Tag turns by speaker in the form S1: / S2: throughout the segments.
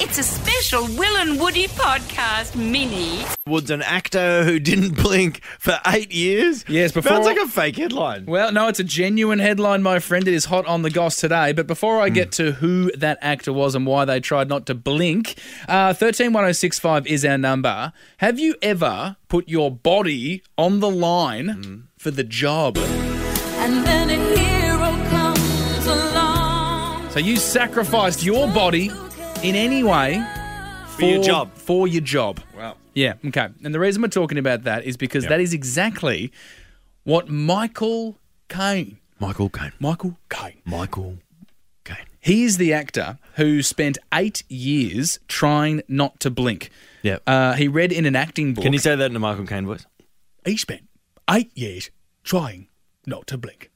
S1: It's a special Will and Woody podcast mini.
S2: Woods, an actor who didn't blink for eight years.
S3: Yes, before-
S2: Sounds like a fake headline.
S3: Well, no, it's a genuine headline, my friend. It is hot on the goss today. But before
S2: Hmm.
S3: I get to who that actor was and why they tried not to blink, uh, 131065 is our number. Have you ever put your body on the line
S2: Hmm.
S3: for the job?
S4: And then a hero comes along.
S3: So you sacrificed your body in any way
S2: For your job.
S3: For your job.
S2: Wow.
S3: Yeah, okay. And the reason we're talking about that is because that is exactly what Michael Caine,
S2: Michael Caine.
S3: Michael Caine,
S2: Michael Caine.
S3: He is the actor who spent eight years trying not to blink.
S2: Yep.
S3: Uh, he read in an acting book.
S2: Can you say that in a Michael Caine voice?
S3: he spent eight years trying not to blink.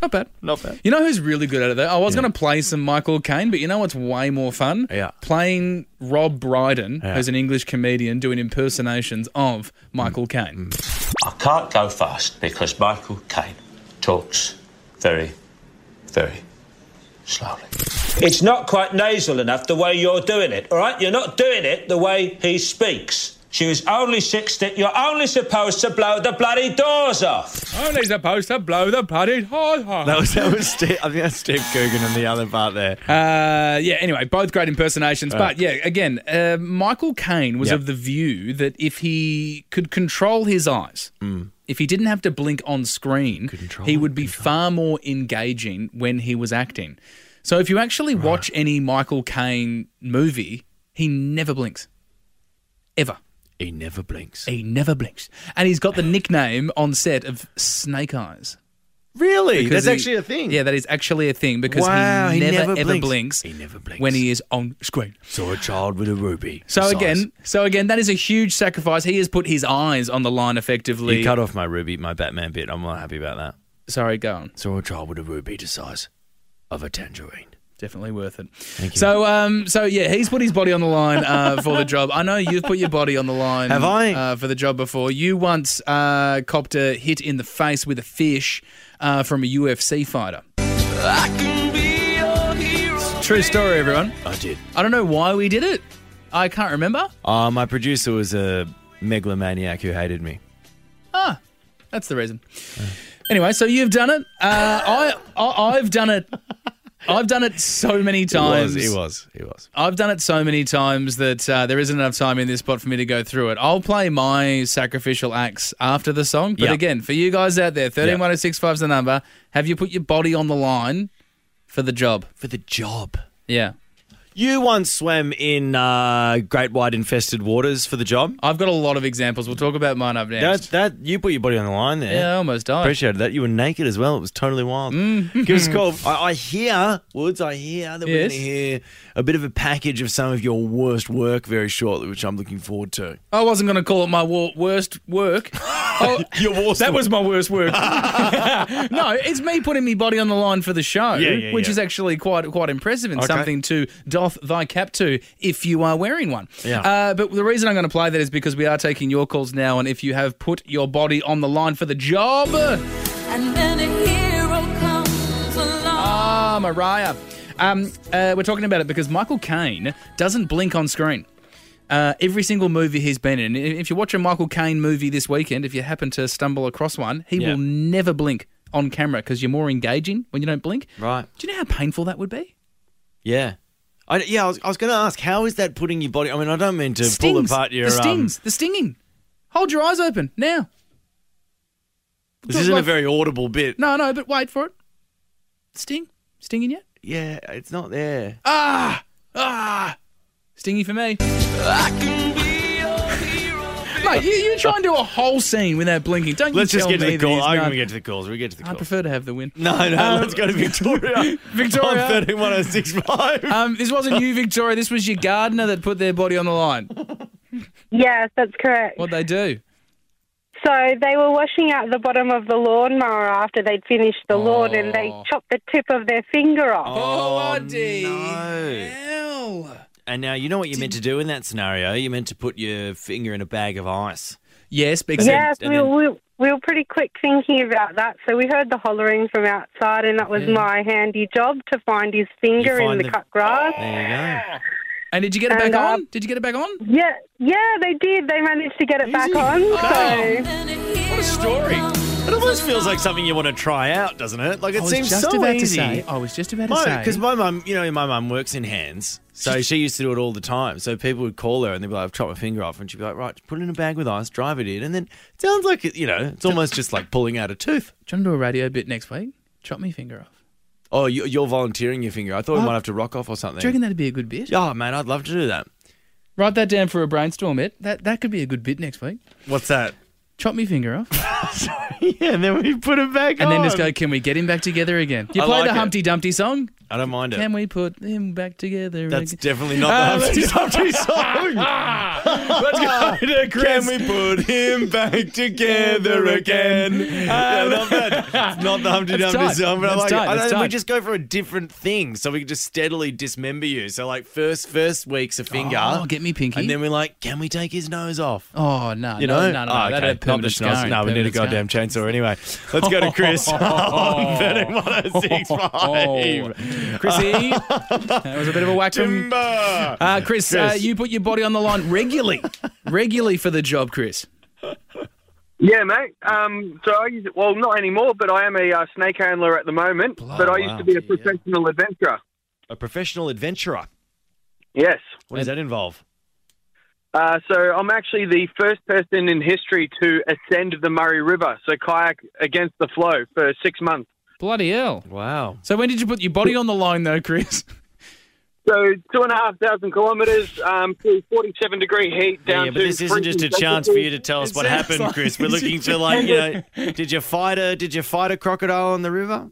S3: not bad.
S2: Not bad.
S3: You know who's really good at it though? I was going to play some Michael Caine, but you know what's way more fun?
S2: Yeah.
S3: Playing Rob Brydon,
S2: Yeah.
S3: who's an English comedian, doing impersonations of
S2: Mm.
S3: Michael Caine.
S5: I can't go fast because Michael Caine talks very, very slowly. It's not quite nasal enough the way you're doing it, all right? You're not doing it the way he speaks. She was only 60. You're only supposed to blow the bloody doors off.
S2: Mm.
S3: Only supposed to blow the bloody hard
S2: That was that was Steve, I think that's Steve Coogan and the other part there.
S3: Uh, yeah, anyway, both great impersonations. But yeah, again, uh, Michael Caine was
S2: Yep.
S3: of the view that if he could control his eyes,
S2: Mm.
S3: if he didn't have to blink on screen, he would be far more engaging when he was acting. So if you actually watch any Michael Caine movie, he never blinks. Ever.
S2: he never blinks.
S3: He never blinks. And he's got the nickname on set of Snake Eyes.
S2: Really? That's
S3: Because he-
S2: actually a thing.
S3: Yeah, that is actually a thing because
S2: Wow,
S3: he,
S2: he
S3: never,
S2: never
S3: ever
S2: blinks.
S3: blinks.
S2: He never blinks.
S3: when he is on screen.
S2: Saw a child with a ruby.
S3: So
S2: Size.
S3: again, so again, that is a huge sacrifice. He has put his eyes on the line effectively.
S2: he cut off my ruby, my Batman bit. I'm not happy about that.
S3: Sorry, go on.
S2: Saw a child with a ruby the size of a tangerine.
S3: Definitely worth it.
S2: you.
S3: So, um, so yeah, he's put his body on the line uh, for the job. I know you've put your body on the line.
S2: Have I?
S3: Uh, for the job before you once uh, copped a hit in the face with a fish uh, from a UFC fighter. True story, everyone.
S2: I did.
S3: I don't know why we did it. I can't remember.
S2: Uh, my producer was a megalomaniac who hated me.
S3: That's the reason. Anyway, so you've done it. Uh, I, I I've done it. I've done it so many times.
S2: He was. He was. He was.
S3: I've done it so many times that uh, there isn't enough time in this spot for me to go through it. I'll play my sacrificial acts after the song. But
S2: Yeah.
S3: again, for you guys out there, thirteen one zero six five is the number. Have you put your body on the line for the job?
S2: For the job.
S3: Yeah,
S2: You once swam in uh, great white infested waters for the job.
S3: I've got a lot of examples. We'll talk about mine up
S2: That,
S3: next.
S2: that you put your body on the line there.
S3: yeah, I almost died.
S2: Appreciated that. You were naked as well. It was totally wild. Give us a call. I, I hear, Woods, I hear that we're
S3: Mm. Yes.
S2: going to hear a bit of a package of some of your worst work very shortly, which I'm looking forward to.
S3: I wasn't going to call it my wor- worst work. Oh,
S2: Your worst
S3: That was my worst work. no, it's me putting my body on the line for the show,
S2: Yeah, yeah,
S3: which
S2: yeah.
S3: is actually quite quite impressive and
S2: Okay.
S3: something to doff thy cap to if you are wearing one.
S2: Yeah.
S3: Uh, but the reason I'm going to play that is because we are taking your calls now, and if you have put your body on the line for the job,
S4: And then a hero comes along.
S3: ah, Mariah. Um, uh, we're talking about it because Michael Caine doesn't blink on screen. Uh, every single movie he's been in. If you watch a Michael Caine movie this weekend, if you happen to stumble across one, he
S2: Yeah.
S3: will never blink on camera because you're more engaging when you don't blink.
S2: Right.
S3: Do you know how painful that would be?
S2: Yeah. I, yeah, I was, I was going to ask, how is that putting your body? I mean, I don't mean to pull
S3: Stings.
S2: apart your.
S3: the
S2: um,
S3: stings. the stinging. Hold your eyes open now.
S2: this isn't a very audible bit.
S3: No, no, but wait for it. Sting. Stinging yet?
S2: Yeah, it's not there.
S3: Ah, stingy for me. Mate, you, you try and do a whole scene without blinking. Don't you
S2: Let's just
S3: tell
S2: get to
S3: me
S2: the
S3: that
S2: call.
S3: he's
S2: I'm
S3: not-
S2: going to get to the calls. We get to the
S3: I
S2: calls.
S3: prefer to have the win.
S2: no, no, let's go to Victoria.
S3: Victoria.
S2: On 131065.
S3: Um, this wasn't you, Victoria. This was your gardener that put their body on the line.
S6: Yes, that's correct.
S3: What'd they do?
S6: So they were washing out the bottom of the lawnmower after they'd finished the lawn and they
S3: Oh.
S6: chopped the tip of their finger off.
S2: Oh.
S3: bloody
S2: no.
S3: hell.
S2: And now you know what you're meant to do in that scenario. You're meant to put your finger in a bag of ice.
S3: Yes, because
S6: Yes,
S2: and
S6: we,
S2: then-
S6: we, we were pretty quick thinking about that. So we heard the hollering from
S2: Mm.
S6: outside and that was my handy job to find his finger
S2: You find
S6: in the,
S2: the- Oh.
S6: cut grass.
S2: There you go.
S3: And did you get it back
S6: And, uh,
S3: on? Did you get it back on?
S6: Yeah, yeah, they did. They managed to get it back
S3: Easy.
S6: on.
S3: Oh.
S6: So
S3: What a story.
S2: It almost feels like something you want to try out, doesn't it? Like it
S3: I was
S2: seems
S3: just
S2: so
S3: about
S2: easy.
S3: to say. I was just about to say.
S2: Because my mum, you know, my mum works in hands, so she used to do it all the time. So people would call her and they'd be like, "I've chopped my finger off," and she'd be like, "Right, put it in a bag with ice, drive it in," and then it sounds like it, you know, it's almost just like pulling out a tooth.
S3: Do you want to do a radio bit next week? Chop me finger off.
S2: Oh, you, you're volunteering your finger. I thought we might have to rock off or something.
S3: Oh. Do you reckon that'd be a good bit?
S2: Oh man, I'd love to do that.
S3: Write that down for a brainstorm, Ed. That that could be a good bit next week.
S2: What's that?
S3: Chop me finger off,
S2: yeah, and then we put it back
S3: and
S2: on.
S3: then just go. Can we get him back together again? You
S2: I
S3: play
S2: like
S3: the
S2: it.
S3: Humpty Dumpty song.
S2: I don't mind it.
S3: Can we put him back together?
S2: That's
S3: again?
S2: definitely not the
S3: Um,
S2: Humpty Dumpty song. Let's go to Chris. Can we put him back together again? Uh, No, not that. It's not the Humpty
S3: That's
S2: Dumpty
S3: tight.
S2: song, but I
S3: That's
S2: like
S3: tight.
S2: it. I
S3: That's
S2: don't- we
S3: tight.
S2: just go for a different thing, so we can just steadily dismember you. So like first first week's a finger.
S3: Oh, get me pinky.
S2: And then we're like, can we take his nose off?
S3: oh no,
S2: You
S3: no,
S2: know,
S3: no, no, no.
S2: Oh, okay.
S3: That'd have
S2: not the
S3: permanent
S2: schnoz.
S3: scarring,
S2: No, we need a
S3: permanent
S2: goddamn
S3: scarring.
S2: chainsaw anyway. Let's go to Chris on Burning 1065.
S3: Oh. Chrissy, that was a bit of a whack from
S2: Timber.
S3: Uh, Chris, Uh,
S2: Chris.
S3: you put your body on the line regularly, regularly for the job, Chris.
S7: Yeah, mate. Um, so I used well, not anymore, but I am a uh, snake handler at the moment. but I
S2: wow.
S7: used to be a professional adventurer.
S2: A professional adventurer.
S7: Yes.
S2: What does that involve?
S7: Uh, so I'm actually the first person in history to ascend the Murray River, so kayak against the flow for six months.
S3: Bloody hell!
S2: Wow.
S3: So when did you put your body on the line, though, Chris?
S7: So two and a half thousand kilometres um, through 47 degree heat down
S2: yeah, but
S7: to
S2: this isn't just a
S7: freezing
S2: chance for you to
S7: temperatures.
S2: tell us
S3: It
S2: what
S3: sounds
S2: happened,
S3: like-
S2: Chris. We're looking for like, you know, did you fight a did you fight a crocodile on the river?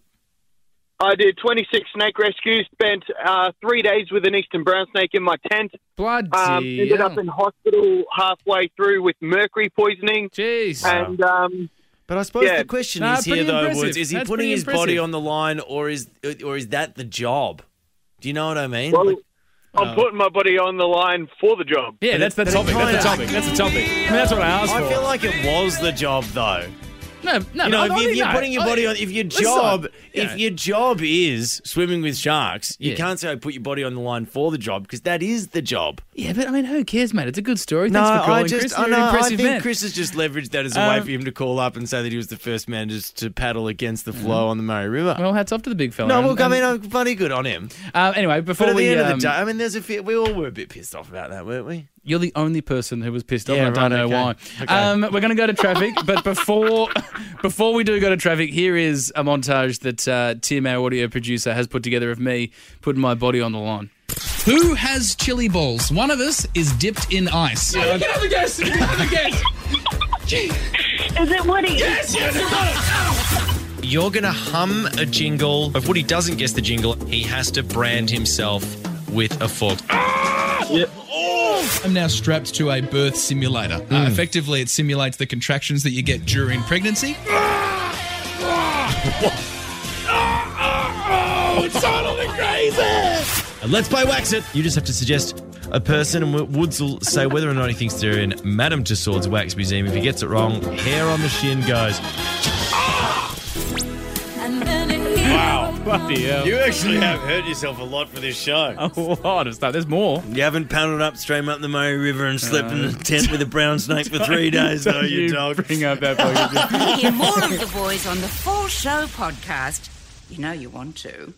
S7: I did 26 snake rescues. Spent uh, three days with an eastern brown snake in my tent.
S3: Bloody
S7: Um, ended
S3: hell!
S7: up in hospital halfway through with mercury poisoning.
S3: Jeez.
S7: And um,
S2: But I suppose
S7: Yeah.
S2: the question
S3: Nah,
S2: is here
S3: pretty
S2: though,
S3: impressive.
S2: Woods, is he
S3: That's
S2: putting
S3: pretty
S2: his body
S3: impressive.
S2: on the line or is or is that the job? Do you know what I mean?
S7: Well,
S2: Like,
S7: I'm putting my body on the line for the job.
S3: yeah, that's the
S2: but it
S3: topic. That's the
S2: kinda-
S3: topic. That's the topic. I mean, that's what I asked
S2: I
S3: for.
S2: feel like it was the job though.
S3: no, no,
S2: You know,
S3: I-
S2: if,
S3: I
S2: you- if
S3: mean,
S2: you're
S3: no.
S2: putting your
S3: I-
S2: body on, if your
S3: listen,
S2: job,
S3: you know.
S2: if your job is swimming with sharks, you
S3: Yeah.
S2: can't say I put your body on the line for the job because that is the job.
S3: yeah, but I mean, who cares, mate? It's a good story. Thanks for calling, Chris. You're
S2: I know,
S3: an
S2: I
S3: impressive
S2: think
S3: man.
S2: Chris has just leveraged that as a way
S3: Um,
S2: for him to call up and say that he was the first man just to paddle against the flow on the Murray River.
S3: well, hats off to the big fella.
S2: no,
S3: And-
S2: look, I
S3: and-
S2: mean, I'm bloody good on him.
S3: uh, anyway, before
S2: But at the
S3: we,
S2: end
S3: um,
S2: of the day, I mean, there's a few, we all were a bit pissed off about that, weren't we?
S3: You're the only person who was pissed off.
S2: Yeah,
S3: and I don't
S2: right,
S3: know
S2: okay.
S3: why.
S2: Okay.
S3: Um, we're going to go to traffic, but before before we do go to traffic, here is a montage that uh, Tim, our audio producer, has put together of me putting my body on the line. Who has chili balls? One of us is dipped in ice.
S6: Is it Woody?
S8: You're going to hum a jingle. If Woody doesn't guess the jingle, he has to brand himself with a fork.
S9: I'm now strapped to a birth simulator. Uh, effectively, it simulates the contractions that you get during pregnancy.
S8: And let's play Wax It. You just have to suggest a person, and Wo- Woods will say whether or not he thinks they're in Madame Tussauds Wax Museum. If he gets it wrong, hair on the shin goes.
S2: You actually have hurt yourself a lot for this show.
S3: Oh, there's, there's more.
S2: You haven't paddled upstream up the Murray River and slept in a tent with a brown snake for three days, though, you, dog.
S3: Bring up that fucking-
S1: Hear more of the boys on the Full Show podcast. You know you want to.